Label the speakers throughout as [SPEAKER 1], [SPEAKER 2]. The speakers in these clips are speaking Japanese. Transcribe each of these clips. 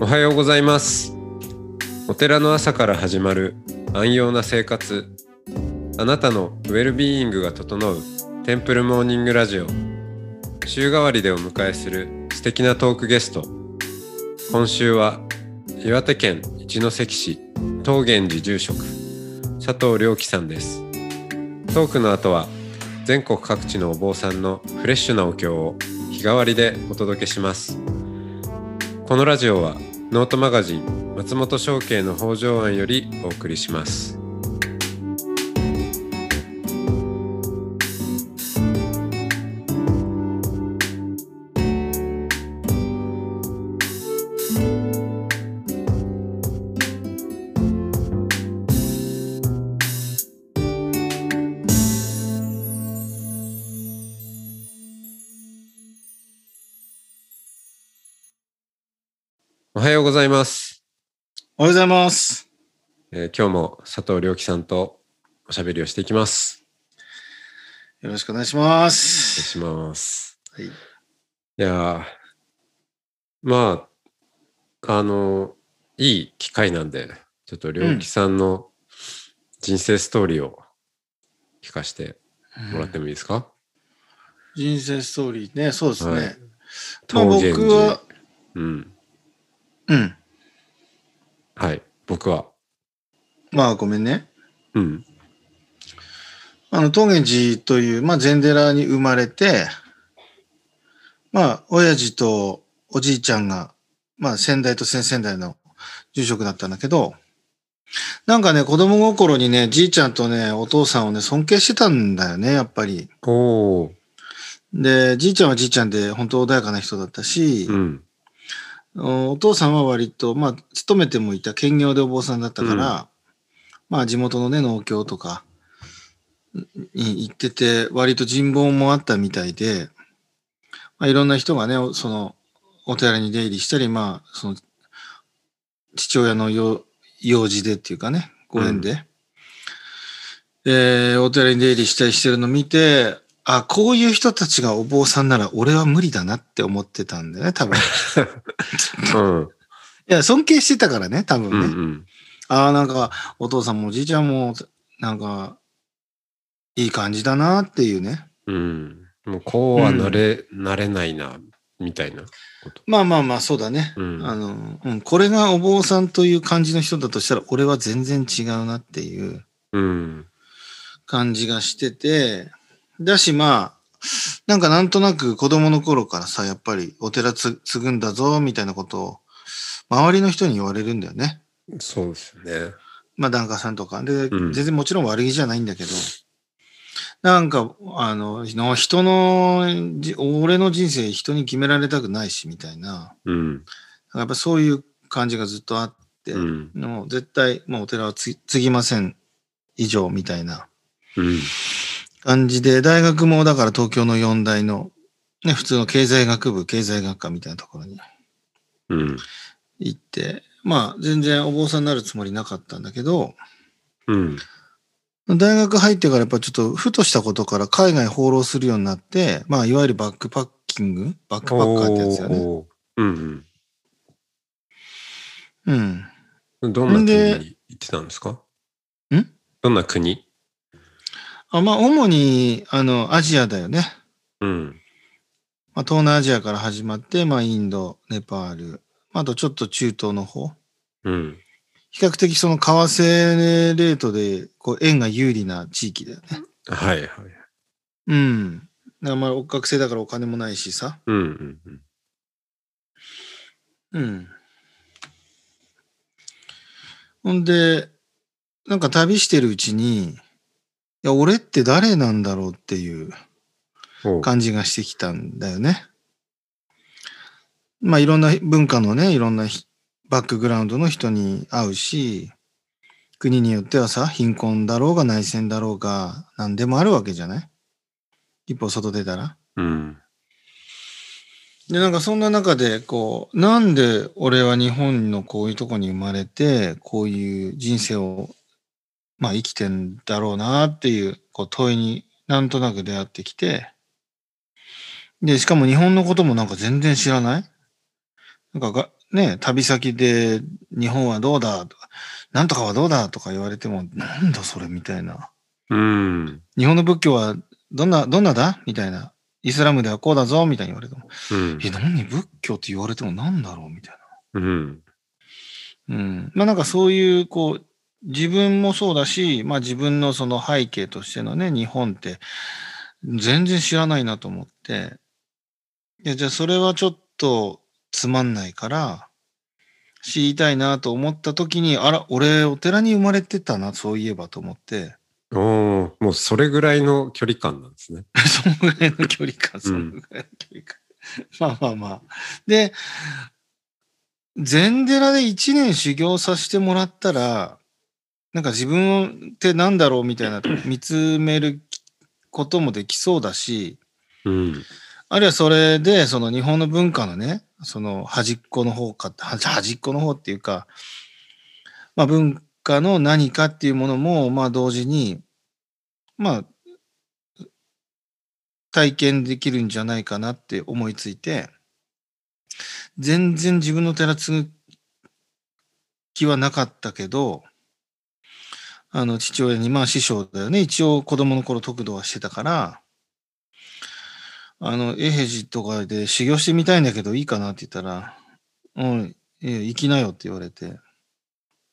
[SPEAKER 1] おはようございますお寺の朝から始まる安養な生活あなたのウェルビーイングが整うテンプルモーニングラジオ週替わりでお迎えする素敵なトークゲスト今週は岩手県一関市桃源寺住職佐藤良樹さんですトークの後は全国各地のお坊さんのフレッシュなお経を日替わりでお届けしますこのラジオはノートマガジン松本商家の北条庵よりお送りしますおはようございます、
[SPEAKER 2] おはようございます。
[SPEAKER 1] えー今日も佐藤良樹さんとおしゃべりをしていきます
[SPEAKER 2] よろしくお願いしま
[SPEAKER 1] お願い
[SPEAKER 2] す。
[SPEAKER 1] します、
[SPEAKER 2] はい
[SPEAKER 1] いやーまああのいい機会なんでちょっと良樹さんの人生ストーリーを聞かせてもらってもいいですか、
[SPEAKER 2] 人生ストーリーね、そうですね。
[SPEAKER 1] はい
[SPEAKER 2] まあ
[SPEAKER 1] 桃
[SPEAKER 2] 僕
[SPEAKER 1] 源寺
[SPEAKER 2] は、
[SPEAKER 1] うん
[SPEAKER 2] うん。
[SPEAKER 1] はい僕は
[SPEAKER 2] まあごめんね。
[SPEAKER 1] うん
[SPEAKER 2] あの、桃源寺という、まあ禅寺に生まれて、まあ親父とおじいちゃんが、まあ先代と先々代の住職だったんだけど、なんかね、子供心にね、じいちゃんとね、お父さんをね、尊敬してたんだよね、やっぱり。
[SPEAKER 1] おお
[SPEAKER 2] で、じいちゃんはじいちゃんで、本当穏やかな人だったし、
[SPEAKER 1] うん
[SPEAKER 2] お父さんは割と、まあ、勤めてもいた兼業でお坊さんだったから、まあ、地元のね、農協とかに行ってて、割と人望もあったみたいで、まあ、いろんな人がね、おその、お寺に出入りしたり、まあ、その、父親の用用事でっていうかね、ご縁で、えーお寺に出入りしたりしてるの見て、あ、こういう人たちがお坊さんなら俺は無理だなって思ってたんだよね、多分。
[SPEAKER 1] うん
[SPEAKER 2] いや、尊敬してたからね、多分ね。
[SPEAKER 1] うんうん
[SPEAKER 2] ああ、なんか、お父さんもおじいちゃんも、なんか、いい感じだなっていうね。
[SPEAKER 1] うんもうこうはなれ、なれないなみたいなこと
[SPEAKER 2] まあまあまあ、そうだね。
[SPEAKER 1] うん
[SPEAKER 2] あの、うん、これがお坊さんという感じの人だとしたら、俺は全然違うなっていう
[SPEAKER 1] うん
[SPEAKER 2] 感じがしてて、だしまあ、なんかなんとなく子供の頃からさ、やっぱりお寺つ継ぐんだぞ、みたいなことを、周りの人に言われるんだよね。
[SPEAKER 1] そうですよね
[SPEAKER 2] まあ、檀家さんとか。で、
[SPEAKER 1] うん
[SPEAKER 2] 全然もちろん悪気じゃないんだけど、なんか、あの、の人の、じ俺の人生人に決められたくないし、みたいな。
[SPEAKER 1] うん
[SPEAKER 2] やっぱそういう感じがずっとあって、
[SPEAKER 1] うん
[SPEAKER 2] もう絶対、もうお寺はつ継ぎません以上、みたいな
[SPEAKER 1] うん
[SPEAKER 2] 感じで、大学もだから東京の四大の、ね、普通の経済学部、経済学科みたいなところに
[SPEAKER 1] うん
[SPEAKER 2] 行って、まあ、全然お坊さんになるつもりなかったんだけど、
[SPEAKER 1] うん
[SPEAKER 2] 大学入ってからやっぱちょっとふとしたことから海外放浪するようになって、まあいわゆるバックパッキングバックパッカーってやつだよね。
[SPEAKER 1] おーうん
[SPEAKER 2] うん。
[SPEAKER 1] うんどんな国
[SPEAKER 2] で
[SPEAKER 1] に行ってたんですか
[SPEAKER 2] ん
[SPEAKER 1] どんな国
[SPEAKER 2] あまあ主にあのアジアだよね。
[SPEAKER 1] うん
[SPEAKER 2] まあ、東南アジアから始まって、まあインド、ネパール、まああとちょっと中東の方。
[SPEAKER 1] うん
[SPEAKER 2] 比較的その為替レートでこう円が有利な地域だよね。
[SPEAKER 1] はいはい
[SPEAKER 2] うん。あんまり学生だからお金もないしさ。
[SPEAKER 1] うんうんうん
[SPEAKER 2] うん。ほんで、なんか旅してるうちに、いや、俺って誰なんだろうっていう
[SPEAKER 1] おう
[SPEAKER 2] 感じがしてきたんだよね。まあ、いろんな文化のね、いろんなひバックグラウンドの人に会うし、国によってはさ、貧困だろうが内戦だろうが、何でもあるわけじゃない一歩外出たら。
[SPEAKER 1] うん
[SPEAKER 2] で、なんかそんな中で、こう、なんで俺は日本のこういうとこに生まれて、こういう人生を、まあ生きてんだろうなっていう、こう問いになんとなく出会ってきて、で、しかも日本のこともなんか全然知らないなんかが、ね、旅先で日本はどうだとか、なんとかはどうだとか言われても、なんだそれみたいな。
[SPEAKER 1] うん。
[SPEAKER 2] 日本の仏教はどんな、どんなだみたいな。イスラムではこうだぞみたいに言われても。
[SPEAKER 1] うん
[SPEAKER 2] え、。何仏教って言われてもなんだろうみたい
[SPEAKER 1] うん。
[SPEAKER 2] な。うん。まあなんかそういう、こう、自分もそうだし、まあ自分のその背景としてのね、日本って全然知らないなと思って。いや、じゃあそれはちょっとつまんないから、知りたいなと思った時に、あら、俺、お寺に生まれてたな、そういえばと思って、
[SPEAKER 1] おお、もうそれぐらいの距離感なんですね。
[SPEAKER 2] そのぐらいの距離感、そのぐらいの距離感。まあまあまあ。で、禅寺で1年修行させてもらったら、なんか自分ってなんだろうみたいな、見つめることもできそうだし、
[SPEAKER 1] うん。
[SPEAKER 2] あるいはそれで、その日本の文化のね、その端っこの方か、は端っこの方っていうか、まあ文化の何かっていうものも、まあ同時に、まあ、体験できるんじゃないかなって思いついて、全然自分の寺継ぐ気はなかったけど、あの父親に、まあ師匠だよね、一応子供の頃得度はしてたから、あの、エヘジとかで修行してみたいんだけどいいかなって言ったら、うん、いいよ行きなよって言われて。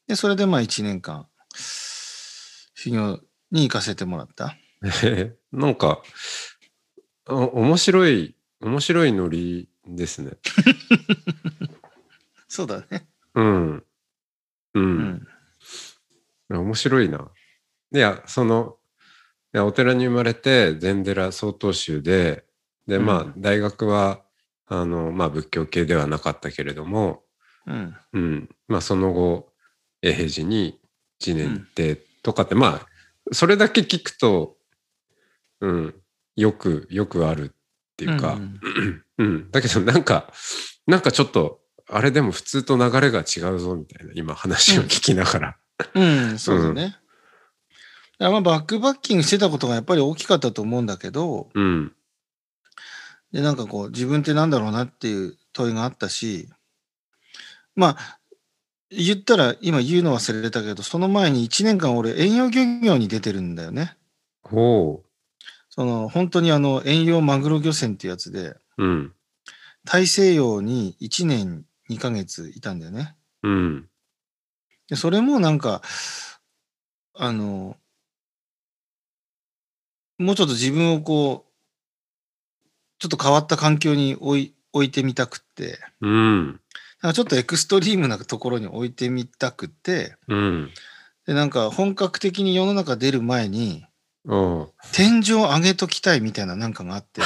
[SPEAKER 2] で、それでまあ1年間、修行に行かせてもらった。
[SPEAKER 1] なんか、お面白い、面白いノリですね。
[SPEAKER 2] そうだね。
[SPEAKER 1] うん。う。
[SPEAKER 2] うんん。
[SPEAKER 1] 面白いな。いや、その、いやお寺に生まれて、禅寺曹洞宗で、で、まあ、
[SPEAKER 2] うん
[SPEAKER 1] 大学は、あの、まあ、仏教系ではなかったけれども、
[SPEAKER 2] うん。
[SPEAKER 1] うん。まあ、その後、永平寺に1年行ってとかって、まあ、それだけ聞くと、うん、よく、よくあるっていうか、
[SPEAKER 2] ん
[SPEAKER 1] うん。だけどなんか、なんかちょっと、あれでも普通と流れが違うぞみたいな、今話を聞きながら。
[SPEAKER 2] うん、そうだね。だからまあバックバッキングしてたことがやっぱり大きかったと思うんだけど、
[SPEAKER 1] うん。
[SPEAKER 2] で、なんかこう、自分ってなんだろうなっていう問いがあったし、まあ、言ったら、今言うの忘れたけど、その前に1年間俺、遠洋漁業に出てるんだよね。
[SPEAKER 1] ほ
[SPEAKER 2] その、本当にあの、遠洋マグロ漁船ってやつで、
[SPEAKER 1] う。うん。
[SPEAKER 2] 大西洋に1年2ヶ月いたんだよね。
[SPEAKER 1] うん。
[SPEAKER 2] で、それもなんか、あの、もうちょっと自分をこう、ちょっと変わった環境に置い置いてみたくって、
[SPEAKER 1] うん。
[SPEAKER 2] なんかちょっとエクストリームなところに置いてみたくて、
[SPEAKER 1] うん。
[SPEAKER 2] で、なんか本格的に世の中出る前に、
[SPEAKER 1] おう
[SPEAKER 2] 天井上げときたいみたいななんかがあって、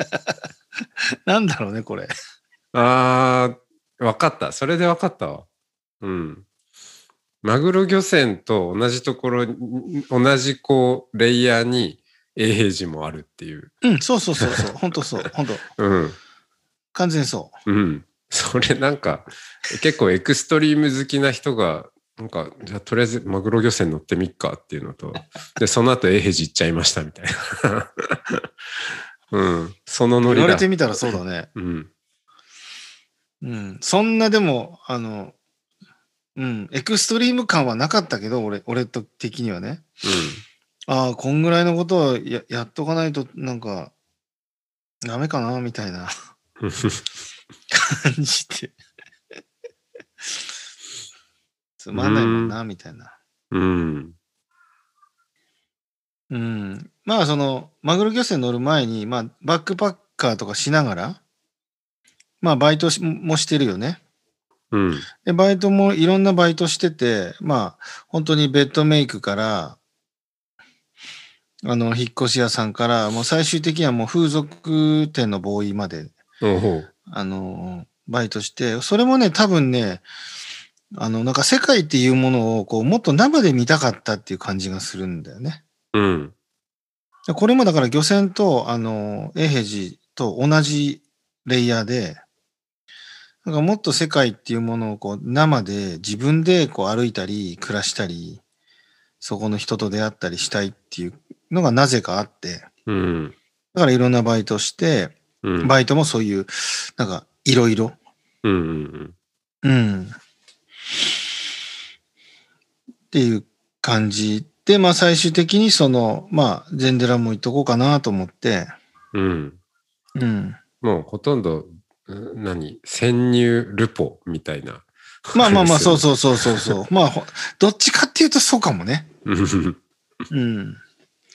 [SPEAKER 2] なんだろうね、これ。
[SPEAKER 1] あー、わかった。それでわかったわ。うん。マグロ漁船と同じところに、同じこう、レイヤーに永平寺もあるっていう。
[SPEAKER 2] うん、そうそうそうそう、本当そう、本当
[SPEAKER 1] うん。
[SPEAKER 2] 完全そ
[SPEAKER 1] うん。それなんか、結構エクストリーム好きな人が、なんか、じゃあとりあえずマグロ漁船乗ってみっかっていうのと、で、その後、エヘジ行っちゃいましたみたいな。うん。その
[SPEAKER 2] う。
[SPEAKER 1] ノ
[SPEAKER 2] 言
[SPEAKER 1] リ
[SPEAKER 2] われ
[SPEAKER 1] だ
[SPEAKER 2] て。みたらそうだね。
[SPEAKER 1] うん。
[SPEAKER 2] うん、そんなでも、あの、うん、エクストリーム感はなかったけど、俺、俺と的にはね。ああ、こんぐらいのことはややっとかないと、なんか、ダメかな、みたいな
[SPEAKER 1] うん。
[SPEAKER 2] 感じで。つまんないもんな、みたいな。
[SPEAKER 1] うん。
[SPEAKER 2] うん。まあ、その、マグロ漁船乗る前に、まあ、バックパッカーとかしながら、まあ、バイトしもしてるよね。
[SPEAKER 1] うん。
[SPEAKER 2] で、バイトもいろんなバイトしてて、まあ、本当にベッドメイクから、あの、引っ越し屋さんから、もう最終的にはもう風俗店のボーイまで、
[SPEAKER 1] おほう
[SPEAKER 2] あの、バイトして、それもね、多分ね、あの、なんか世界っていうものを、こう、もっと生で見たかったっていう感じがするんだよね。
[SPEAKER 1] うん。
[SPEAKER 2] でこれもだから漁船と、あの、永平寺と同じレイヤーで、なんかもっと世界っていうものをこう生で自分でこう歩いたり暮らしたり、そこの人と出会ったりしたいっていうのがなぜかあって、
[SPEAKER 1] うん。
[SPEAKER 2] だからいろんなバイトして、
[SPEAKER 1] うん。
[SPEAKER 2] バイトもそういう、なんかいろいろ、
[SPEAKER 1] うんうん
[SPEAKER 2] うん。っていう感じで、まあ最終的にその、まあ禅寺も行っとこうかなと思って、
[SPEAKER 1] うん。うん。
[SPEAKER 2] うん。
[SPEAKER 1] もうほとんど、うん何潜入ルポみたいな。
[SPEAKER 2] まあまあまあ、そう
[SPEAKER 1] う
[SPEAKER 2] そうそうそうそう。まあ、ほどっちかっていうとそうかもね。
[SPEAKER 1] ん。
[SPEAKER 2] うん。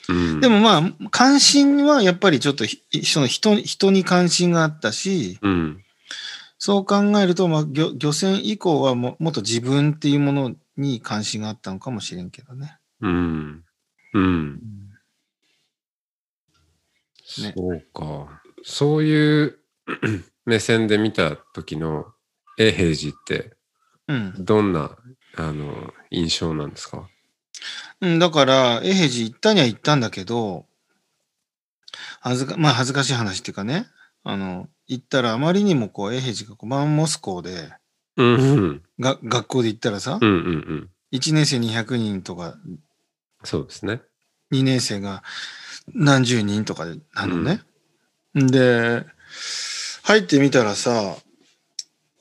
[SPEAKER 1] うん
[SPEAKER 2] で、もまあ、関心はやっぱりちょっとひ、その人、人に関心があったし、
[SPEAKER 1] うん。
[SPEAKER 2] そう考えると、まあ、漁漁船以降はももっと自分っていうものに関心があったのかもしれんけどね。
[SPEAKER 1] うん。うん。
[SPEAKER 2] ね
[SPEAKER 1] そうか。そういう 目線で見た時の永平寺って
[SPEAKER 2] うん。
[SPEAKER 1] どんなあの印象なんですか
[SPEAKER 2] うん、だから、永平寺行ったには行ったんだけど、恥ずか、まあ恥ずかしい話っていうかね、あの、行ったらあまりにもこう、永平寺がこうマンモス校で、
[SPEAKER 1] うんうん
[SPEAKER 2] が、学校で行ったらさ
[SPEAKER 1] うんう、んうん。
[SPEAKER 2] 1年生200人とか、
[SPEAKER 1] そうですね。
[SPEAKER 2] 2年生が何十人とかでなのね。で、入ってみたらさ、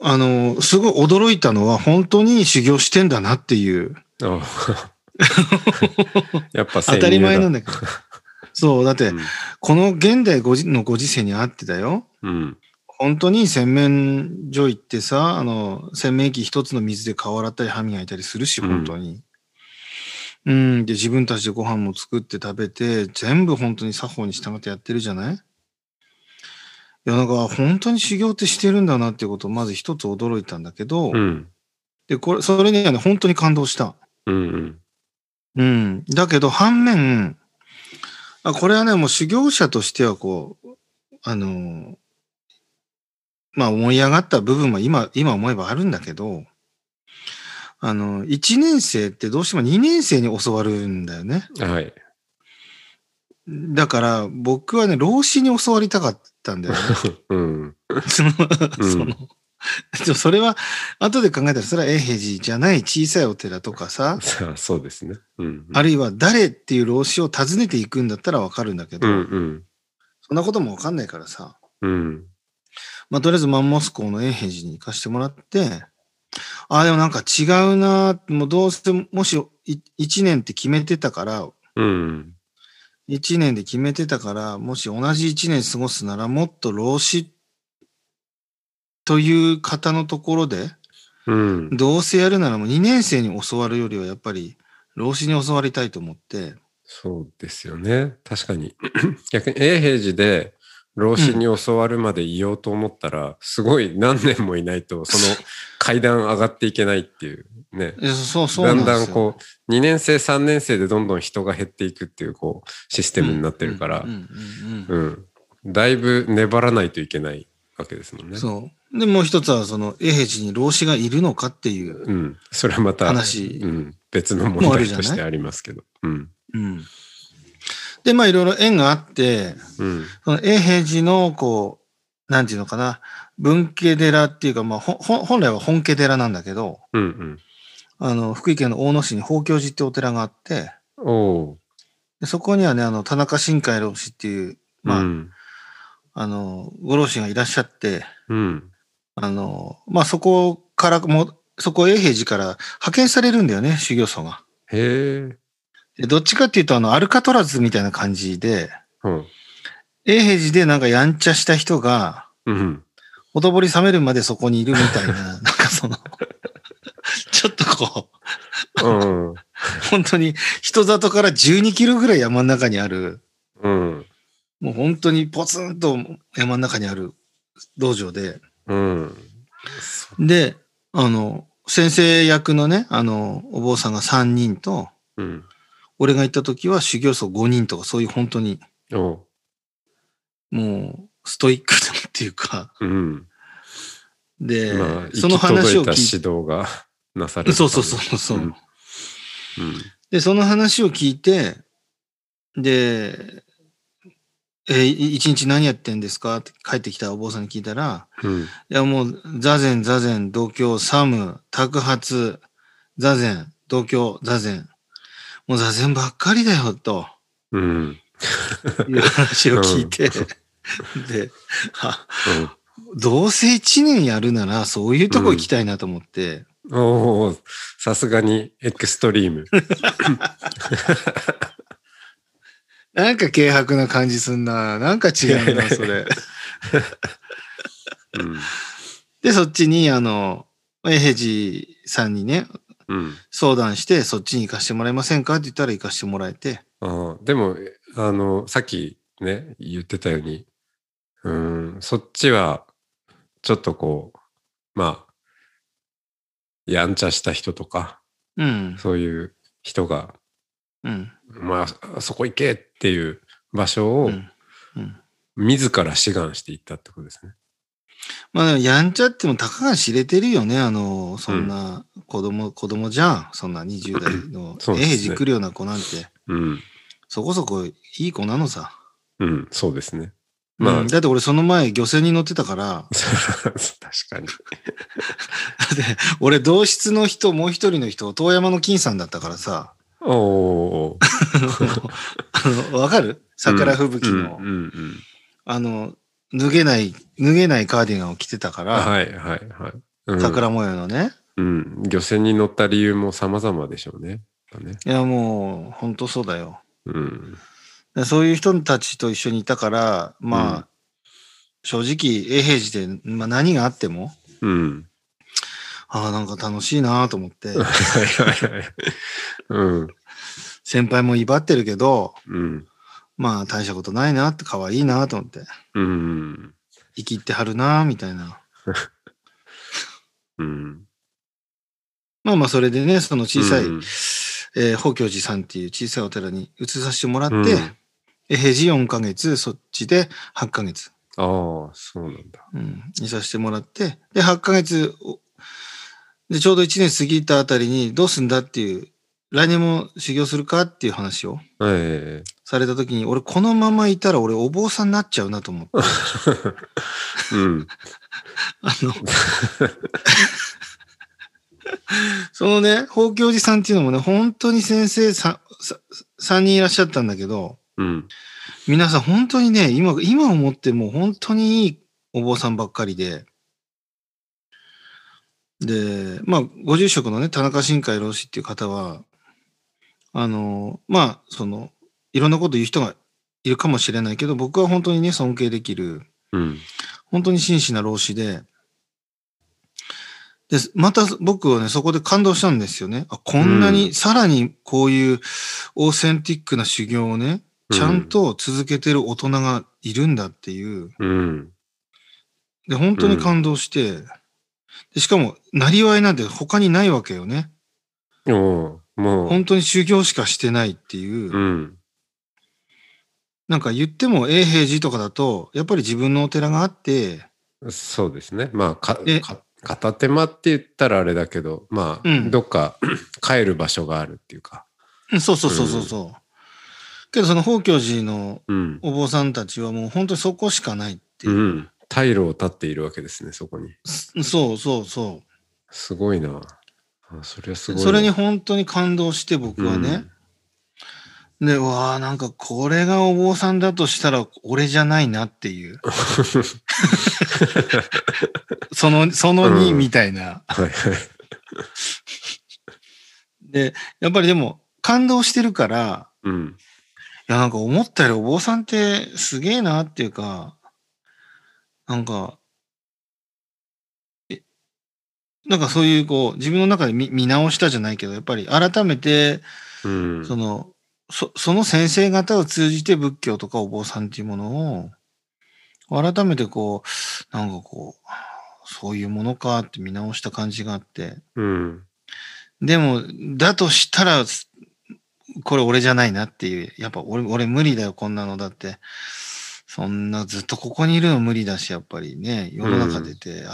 [SPEAKER 2] あの、すごい驚いたのは本当に修行してんだなって いう、
[SPEAKER 1] あやっぱ
[SPEAKER 2] 当たり前なん
[SPEAKER 1] だ
[SPEAKER 2] だけ ど。そう、だって、この現代ご時のご時世にあってだよ。
[SPEAKER 1] うん
[SPEAKER 2] 本当に洗面所行ってさ、あの、洗面器一つの水で顔洗ったり歯磨いたりするし、
[SPEAKER 1] うん
[SPEAKER 2] 本当に。うん、で、自分たちでご飯も作って食べて、全部本当に作法に従ってやってるじゃないいや、なんか、本当に修行ってしてるんだなっていうことを、まず一つ驚いたんだけど、
[SPEAKER 1] うん
[SPEAKER 2] で、これ、それにはね、本当に感動した。
[SPEAKER 1] うんうん
[SPEAKER 2] うん。だけど、反面、あこれはね、もう修行者としては、こう、あのーまあ、思い上がった部分も今、今思えばあるんだけど、あの、1年生ってどうしても2年生に教わるんだよね。
[SPEAKER 1] うんはい
[SPEAKER 2] だから、僕はね、老子に教わりたかったんだよね。
[SPEAKER 1] うん
[SPEAKER 2] その、
[SPEAKER 1] うん
[SPEAKER 2] その、ちょそれは、後で考えたら、それは永平寺じゃない小さいお寺とかさ、
[SPEAKER 1] さあそうですねうん
[SPEAKER 2] あるいは誰っていう老子を訪ねていくんだったらわかるんだけど、
[SPEAKER 1] うんうん
[SPEAKER 2] そんなこともわかんないからさ。
[SPEAKER 1] うん
[SPEAKER 2] まあ、とりあえずマンモス校の永平寺に行かしてもらって、ああ、でもなんか違うな、もうどうせ、もし1年って決めてたから、
[SPEAKER 1] うん
[SPEAKER 2] 1年で決めてたから、もし同じ1年過ごすなら、もっと老子という方のところで、
[SPEAKER 1] うん
[SPEAKER 2] どうせやるならもう2年生に教わるよりは、やっぱり老子に教わりたいと思って、
[SPEAKER 1] そうですよね確かに 逆に永平寺で老子に教わるまでいようと思ったら、すごい何年もいない とその階段上がっていけないっていうね
[SPEAKER 2] いやそう、そうな
[SPEAKER 1] だ
[SPEAKER 2] ん
[SPEAKER 1] ん
[SPEAKER 2] ですよ。
[SPEAKER 1] だんこう2年生3年生でどんどん人が減っていくっていうこうシステムになってるから
[SPEAKER 2] うんうんうんうん
[SPEAKER 1] うんだいぶ粘らないといけないわけですもんね。
[SPEAKER 2] そう。で、もう一つは、その、永平寺に老子がいるのかっていう、
[SPEAKER 1] うん、それはまた、
[SPEAKER 2] 話
[SPEAKER 1] うん、別の問
[SPEAKER 2] もある
[SPEAKER 1] 題
[SPEAKER 2] じゃ
[SPEAKER 1] と
[SPEAKER 2] ない
[SPEAKER 1] してありますけど。うん
[SPEAKER 2] うん。で、まあ、いろいろ縁があって、
[SPEAKER 1] うん
[SPEAKER 2] その永平寺の、こう、なんていうのかな、文家寺っていうか、まあ、ほほ本来は本家寺なんだけど、
[SPEAKER 1] うんうん、
[SPEAKER 2] あの、福井県の大野市に宝教寺ってお寺があって、
[SPEAKER 1] おう
[SPEAKER 2] でそこにはね、あの、田中新海老師っていう、まあ、
[SPEAKER 1] うん
[SPEAKER 2] あの、ご老師がいらっしゃって、
[SPEAKER 1] うん、
[SPEAKER 2] あの、まあ、そこからも、そこ永平寺から派遣されるんだよね、修行僧が。
[SPEAKER 1] へえ、
[SPEAKER 2] でどっちかっていうと、あの、アルカトラズみたいな感じで、
[SPEAKER 1] うん
[SPEAKER 2] 永平寺でなんかやんちゃした人が、
[SPEAKER 1] うん、
[SPEAKER 2] ほとぼり冷めるまでそこにいるみたいな、なんかその、ちょっとこう、
[SPEAKER 1] うん、
[SPEAKER 2] 本当に人里から12キロぐらい山の中にある、
[SPEAKER 1] うん、
[SPEAKER 2] もう本当にポツンと山の中にある道場で、
[SPEAKER 1] うん、
[SPEAKER 2] で、あの、先生役のね、あの、お坊さんが3人と、
[SPEAKER 1] うん、
[SPEAKER 2] 俺が行った時は修行僧5人とか、そういう本当に、
[SPEAKER 1] おう
[SPEAKER 2] もう、ストイックなっていうか、
[SPEAKER 1] うん、
[SPEAKER 2] で、
[SPEAKER 1] まあ、
[SPEAKER 2] その話
[SPEAKER 1] 行き届い
[SPEAKER 2] を
[SPEAKER 1] た
[SPEAKER 2] 聞い
[SPEAKER 1] 指導がなされ
[SPEAKER 2] て、
[SPEAKER 1] る。
[SPEAKER 2] そうそうそうそう、
[SPEAKER 1] うんうん。
[SPEAKER 2] で、その話を聞いて、で、えーい一日何やってんですかって帰ってきたお坊さんに聞いたら、
[SPEAKER 1] うん、
[SPEAKER 2] いやもう、座禅、座禅、同居、サム、托発、座禅、同居、座禅。もう座禅ばっかりだよ、と
[SPEAKER 1] うん、うん、
[SPEAKER 2] いう話を聞いて、で、あ、どうせ一年やるなら、そういうとこ行きたいなと思って、
[SPEAKER 1] おお、さすがにエクストリーム。
[SPEAKER 2] なんか軽薄な感じすんな。なんか違う な、それ。
[SPEAKER 1] うん。
[SPEAKER 2] で、そっちに、あの、エヘジさんにね、
[SPEAKER 1] うん。
[SPEAKER 2] 相談して、そっちに行かしてもらえませんかって言ったら行かしてもらえて、
[SPEAKER 1] ああでも、えあの、さっきね、言ってたように、うーん、そっちは、ちょっとこう、まあ、やんちゃした人とか、
[SPEAKER 2] うん、
[SPEAKER 1] そういう人が、
[SPEAKER 2] うん、
[SPEAKER 1] まあ、そこ行けっていう場所
[SPEAKER 2] う
[SPEAKER 1] を、
[SPEAKER 2] ん。うん、
[SPEAKER 1] 自ら志願していったってことですね。
[SPEAKER 2] まあでもやんちゃってもたかが知れてるよね。あの、そんな子供、子供じゃん。そんな20代の
[SPEAKER 1] そうです
[SPEAKER 2] エ
[SPEAKER 1] ね
[SPEAKER 2] ヘジ来るような子なんて、
[SPEAKER 1] うん。
[SPEAKER 2] そこそこいい子なのさ。
[SPEAKER 1] うん、そうですね。まあ
[SPEAKER 2] うんだって俺その前漁船に乗ってたから、
[SPEAKER 1] 確かに。
[SPEAKER 2] だって俺同室の人、もう一人の人、遠山の金さんだったからさ、
[SPEAKER 1] おお。
[SPEAKER 2] あの、わかる桜吹雪の、
[SPEAKER 1] うんうんうん
[SPEAKER 2] あの、脱げない、脱げないカーディガンを着てたから、
[SPEAKER 1] はいはいはい。うん、
[SPEAKER 2] 桜模様のね。
[SPEAKER 1] うん。漁船に乗った理由も様々でしょうね。やっぱね
[SPEAKER 2] いやもう、ほんとそうだよ。
[SPEAKER 1] うん。
[SPEAKER 2] でそういう人たちと一緒にいたから、まあ、
[SPEAKER 1] うん
[SPEAKER 2] 正直、永平寺で、まあ、何があっても、
[SPEAKER 1] うん。
[SPEAKER 2] ああ、なんか楽しいなと 思って、
[SPEAKER 1] はいはいはい。うん。
[SPEAKER 2] 先輩も威張ってるけど、
[SPEAKER 1] うん。
[SPEAKER 2] まあ、大したことないなって、可愛いなと思って、
[SPEAKER 1] うん。
[SPEAKER 2] 生きってはるなみたいな。
[SPEAKER 1] うん。
[SPEAKER 2] まあまあ、それでね、その小さい、
[SPEAKER 1] うん
[SPEAKER 2] えー、宝鏡寺さんっていう小さいお寺に移させてもらって、
[SPEAKER 1] うん
[SPEAKER 2] 永平寺4ヶ月、そっちで8ヶ月。
[SPEAKER 1] ああ、そうなんだ。
[SPEAKER 2] うん、にさせてもらって、で、8ヶ月お、で、ちょうど1年過ぎたあたりに、どうすんだっていう、来年も修行するかっていう話を
[SPEAKER 1] え
[SPEAKER 2] された時に、俺、このままいたら俺、お坊さんになっちゃうなと思って、
[SPEAKER 1] えうん。
[SPEAKER 2] あの、そのね、宝教寺さんっていうのもね、本当に先生ささ3人いらっしゃったんだけど、
[SPEAKER 1] うん。
[SPEAKER 2] 皆さん本当にね、今、今思っても本当にいいお坊さんばっかりで、で、まあ、ご住職のね、田中新海老師っていう方は、あの、まあ、その、いろんなこと言う人がいるかもしれないけど、僕は本当にね、尊敬できる、
[SPEAKER 1] うん。
[SPEAKER 2] 本当に真摯な老師で、で、また僕はね、そこで感動したんですよね。あこんなに、
[SPEAKER 1] うん
[SPEAKER 2] さらにこういうオーセンティックな修行をね、ちゃんと続けてる大人がいるんだっていう。
[SPEAKER 1] うん。
[SPEAKER 2] で、本当に感動して、でしかも、なりわいなんて他にないわけよね。
[SPEAKER 1] おおもう。
[SPEAKER 2] 本当に修行しかしてないっていう。
[SPEAKER 1] うん。
[SPEAKER 2] なんか言っても永平寺とかだと、やっぱり自分のお寺があって、
[SPEAKER 1] そうですね。まあ、か
[SPEAKER 2] え
[SPEAKER 1] か片手間って言ったらあれだけど、まあ、
[SPEAKER 2] うん
[SPEAKER 1] どっか帰る場所があるっていうか。
[SPEAKER 2] うんそうそうそうそうそう。けどその宝教寺の
[SPEAKER 1] うん。
[SPEAKER 2] お坊さんたちはもう本当にそこしかないっていうう。
[SPEAKER 1] ん。退路を立っているわけですね、そこに。
[SPEAKER 2] そうそうそ
[SPEAKER 1] すごいな。あそれはす
[SPEAKER 2] う。
[SPEAKER 1] ごいな。
[SPEAKER 2] それに本当に感動して僕はね。で、うわあなんかこれがお坊さんだとしたら俺じゃないなって いう。その、その2
[SPEAKER 1] うん
[SPEAKER 2] みたいな。
[SPEAKER 1] はいはい。
[SPEAKER 2] で、やっぱりでも感動してるから、
[SPEAKER 1] うん。
[SPEAKER 2] いやなんか思ったよりお坊さんってすげえなっていうか、なんか、えなんかそういうこう自分の中で見見直したじゃないけど、やっぱり改めて
[SPEAKER 1] うん。
[SPEAKER 2] その、そその先生方を通じて仏教とかお坊さんっていうものを、改めてこう、なんかこう、そういうものかって見直した感じがあって。
[SPEAKER 1] うん。
[SPEAKER 2] でも、だとしたら、これ俺じゃないなっていう。やっぱ俺、俺無理だよ、こんなのだって。そんなずっとここにいるの無理だし、やっぱりね、世の中出て遊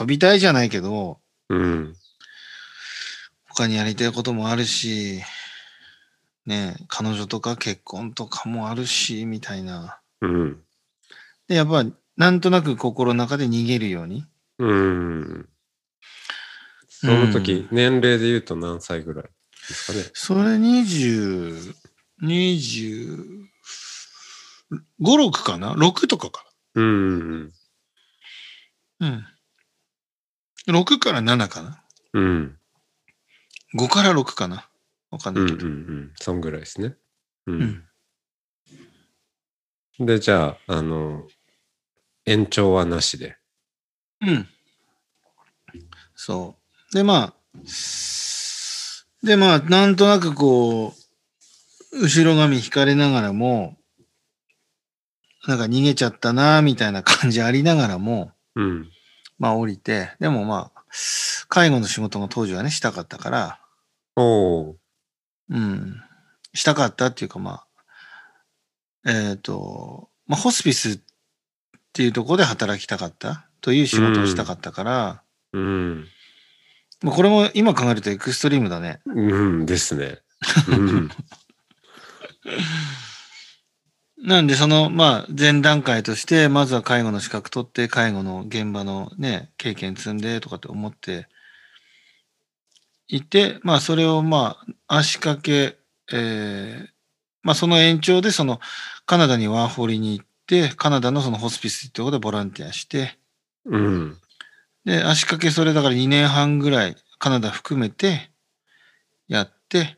[SPEAKER 2] 遊びたいじゃないけど、
[SPEAKER 1] うん。
[SPEAKER 2] 他にやりたいこともあるし、ねえ、彼女とか結婚とかもあるし、みたいな。
[SPEAKER 1] うん。
[SPEAKER 2] で、やっぱ、なんとなく心の中で逃げるように。
[SPEAKER 1] うん。その時、年齢で言うと何歳ぐらいですかね。
[SPEAKER 2] それ20、25、6かな ?6 とかか
[SPEAKER 1] うん。
[SPEAKER 2] うん。6から7かな
[SPEAKER 1] うん。
[SPEAKER 2] ?5 から6かなわかん
[SPEAKER 1] う
[SPEAKER 2] なんい
[SPEAKER 1] うん
[SPEAKER 2] け
[SPEAKER 1] う
[SPEAKER 2] ど。
[SPEAKER 1] ん。そんぐらいですね。う。
[SPEAKER 2] うんん。
[SPEAKER 1] で、じゃあ、あの、延長はなしで。
[SPEAKER 2] うん。そう。で、まあ、で、まあ、なんとなくこう、後ろ髪引かれながらも、なんか逃げちゃったな、みたいな感じありながらも、
[SPEAKER 1] うん。
[SPEAKER 2] まあ降りて、でもまあ、介護の仕事も当時はね、したかったから、
[SPEAKER 1] おお。
[SPEAKER 2] うん、したかったっていうかまあ、えっ、と、まあホスピスっていうところで働きたかったという仕事をしたかったから、
[SPEAKER 1] うん。
[SPEAKER 2] まあこれも今考えるとエクストリームだね。
[SPEAKER 1] うんですね。うん。
[SPEAKER 2] なんでその、まあ前段階として、まずは介護の資格取って、介護の現場のね、経験積んでとかって思っていて、まあそれをまあ足掛け、えーまあその延長でそのカナダにワーホリに行って、カナダのそのホスピスってところでボランティアして、
[SPEAKER 1] うん。
[SPEAKER 2] で、足掛けそれだから2年半ぐらい、カナダ含めてやって、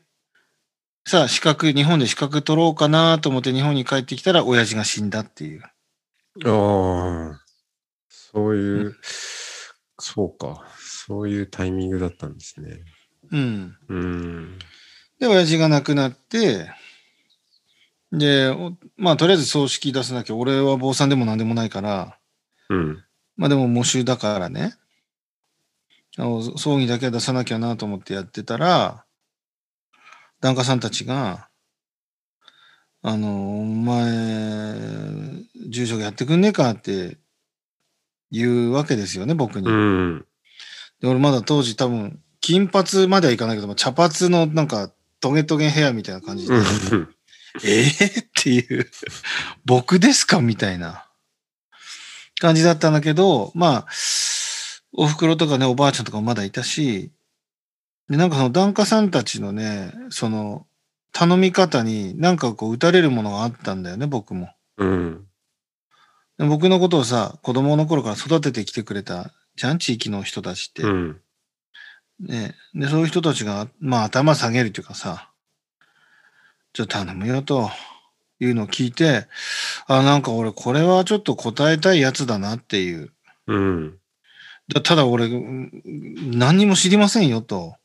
[SPEAKER 2] さあ資格、日本で資格取ろうかなと思って日本に帰ってきたら親父が死んだっていう。
[SPEAKER 1] ああ。そういうう、そうか。そういうタイミングだったんですね。
[SPEAKER 2] うん。
[SPEAKER 1] うん。
[SPEAKER 2] で、親父が亡くなって、で、おまあとりあえず葬式出さなきゃ、俺は坊さんでも何でもないから、
[SPEAKER 1] うん。
[SPEAKER 2] まあでも喪主だからね、あの葬儀だけは出さなきゃなと思ってやってたら、檀家さんたちが、あの、お前、住職やってくんねえかって言うわけですよね、僕に。
[SPEAKER 1] うん。
[SPEAKER 2] で俺まだ当時多分、金髪まではいかないけども、茶髪のなんか、トゲトゲヘアみたいな感じで、
[SPEAKER 1] うん
[SPEAKER 2] えー、っていう、僕ですかみたいな感じだったんだけど、まあ、お袋とかね、おばあちゃんとかもまだいたし、で、なんかその檀家さんたちのね、その、頼み方になんかこう打たれるものがあったんだよね、僕も。
[SPEAKER 1] うん。
[SPEAKER 2] で僕のことをさ、子供の頃から育ててきてくれたじゃん、地域の人たちって。
[SPEAKER 1] うん。
[SPEAKER 2] ね、で、そういう人たちが、まあ、頭下げるというかさ、ちょっと頼むよというのを聞いて、あ、なんか俺、これはちょっと答えたいやつだなっていう。
[SPEAKER 1] うん。
[SPEAKER 2] だただ俺、うん何にも知りませんよと。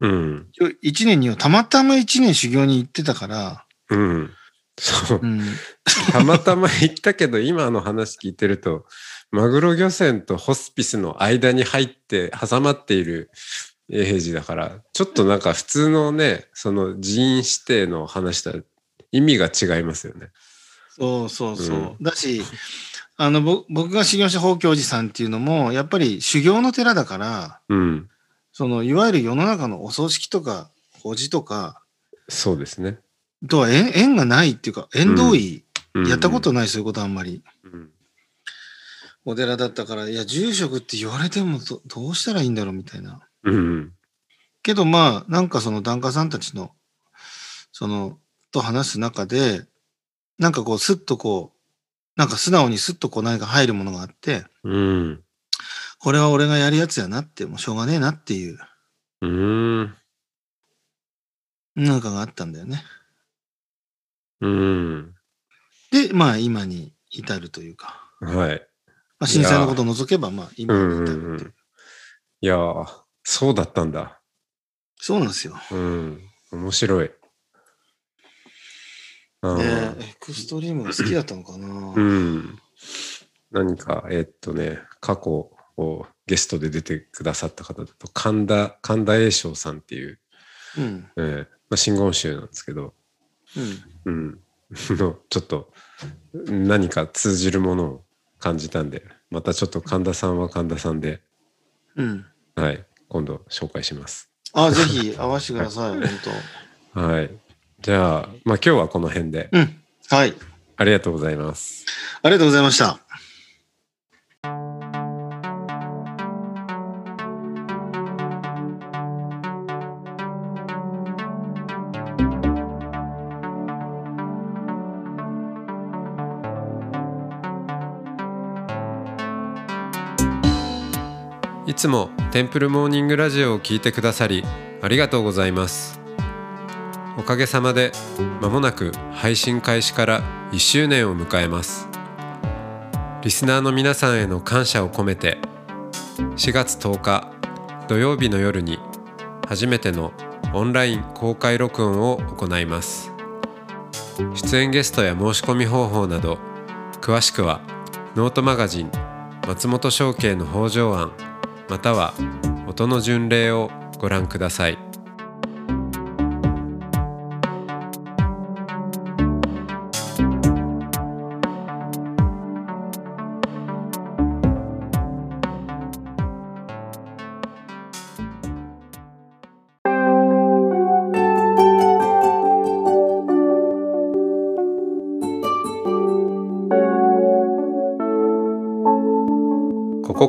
[SPEAKER 1] うん。
[SPEAKER 2] 一年に、たまたま一年修行に行ってたから、
[SPEAKER 1] うん。そう
[SPEAKER 2] う。ん、
[SPEAKER 1] たまたま行ったけど、今の話聞いてると、マグロ漁船とホスピスの間に入って、挟まっている永平寺だから、ちょっとなんか普通のね、その寺院指定の話とは意味が違いますよね。
[SPEAKER 2] そうそうそう。
[SPEAKER 1] う
[SPEAKER 2] だし、あの、ぼ僕が修行した宝教寺さんっていうのも、やっぱり修行の寺だから、
[SPEAKER 1] うん。
[SPEAKER 2] その、いわゆる世の中のお葬式とか、法事とか、
[SPEAKER 1] そうですね。
[SPEAKER 2] とは縁縁がないっていうか、縁遠い、
[SPEAKER 1] うん
[SPEAKER 2] やったことない、そういうことあんまり。
[SPEAKER 1] うん。
[SPEAKER 2] お寺だったから、いや、住職って言われてもどどうしたらいいんだろうみたいな。
[SPEAKER 1] うん。
[SPEAKER 2] けどまあ、なんかその檀家さんたちの、その、と話す中で、なんかこう、スッとこう、なんか素直にスッとこう何か入るものがあって、
[SPEAKER 1] うん。
[SPEAKER 2] これは俺がやるやつやなって、もうしょうがねえなっていう、
[SPEAKER 1] うん。
[SPEAKER 2] なんかがあったんだよね。
[SPEAKER 1] うん。
[SPEAKER 2] で、まあ今に至るというか、
[SPEAKER 1] はい。
[SPEAKER 2] まあ、震災のことを除けば、まあ
[SPEAKER 1] う
[SPEAKER 2] 今
[SPEAKER 1] ん
[SPEAKER 2] に
[SPEAKER 1] う
[SPEAKER 2] 至
[SPEAKER 1] ん
[SPEAKER 2] る
[SPEAKER 1] う。
[SPEAKER 2] っていうん
[SPEAKER 1] いやー、そうだったんだ。
[SPEAKER 2] そうなんですよ。
[SPEAKER 1] うん。面白い。あー
[SPEAKER 2] ねえ、エクストリームが好きだったのかな、
[SPEAKER 1] うん。何か、えっとね、過去をゲストで出てくださった方だと、神田、神田栄翔さんっていう、
[SPEAKER 2] うん。
[SPEAKER 1] えーまあ、真言宗なんですけど、う
[SPEAKER 2] うん。
[SPEAKER 1] ん。 の、ちょっと、何か通じるものを感じたんで、またちょっと神田さんは神田さんで、
[SPEAKER 2] うん。
[SPEAKER 1] はい、今度紹介します。
[SPEAKER 2] あ、ぜひ合わせてく ださい、本
[SPEAKER 1] はい。じゃあ、まあ今日はこの辺で、
[SPEAKER 2] 当。うん。はい。
[SPEAKER 1] ありがとうございます。
[SPEAKER 2] ありがとうございました。
[SPEAKER 1] いつもテンプルモーニングラジオを聞いてくださりありがとうございますおかげさまでまもなく配信開始から1周年を迎えますリスナーの皆さんへの感謝を込めて4月10日土曜日の夜に初めてのオンライン公開録音を行います出演ゲストや申し込み方法など詳しくはノートマガジン松本商家の北条案または音の巡礼をご覧くださいここ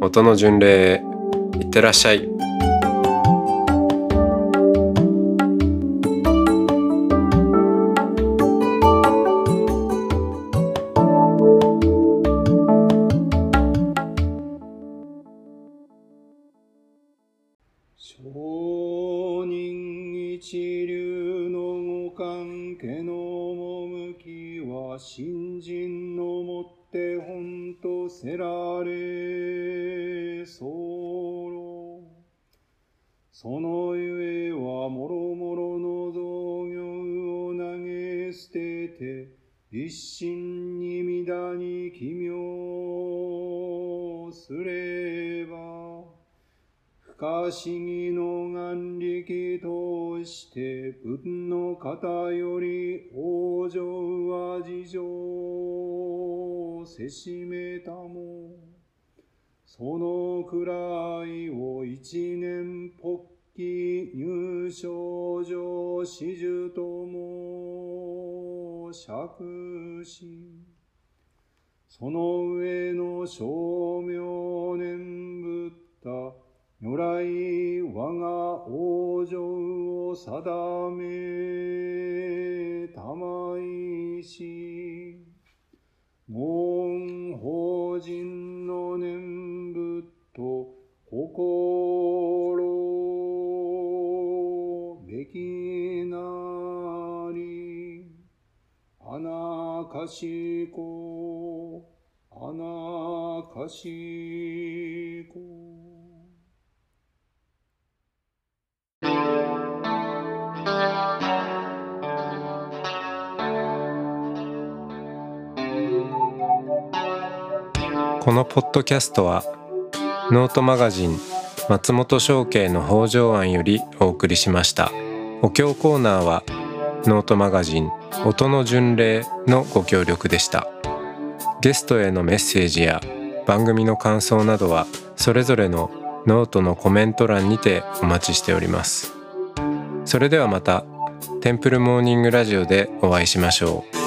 [SPEAKER 1] 音の巡礼へいってらっしゃい
[SPEAKER 3] 上人一流のご関家の趣は新人のもって本とせられ候そのゆえはもろもろの造業を投げ捨てて一心に皆に奇妙すれば不可思議の眼力として仏の方より往生は事情をせしめたもそのくらいを一年ぽっき入賞上始終とも釈しその上の称明念仏った如来我が往生を定めたまいし門法人の念仏と心べきなり花かしこ花かしこ
[SPEAKER 1] このポッドキャストはノートマガジン松本商家の北条案よりお送りしましたお経コーナーはノートマガジン音の巡礼のご協力でしたゲストへのメッセージや番組の感想などはそれぞれのノートのコメント欄にてお待ちしておりますそれではまたテンプルモーニングラジオでお会いしましょう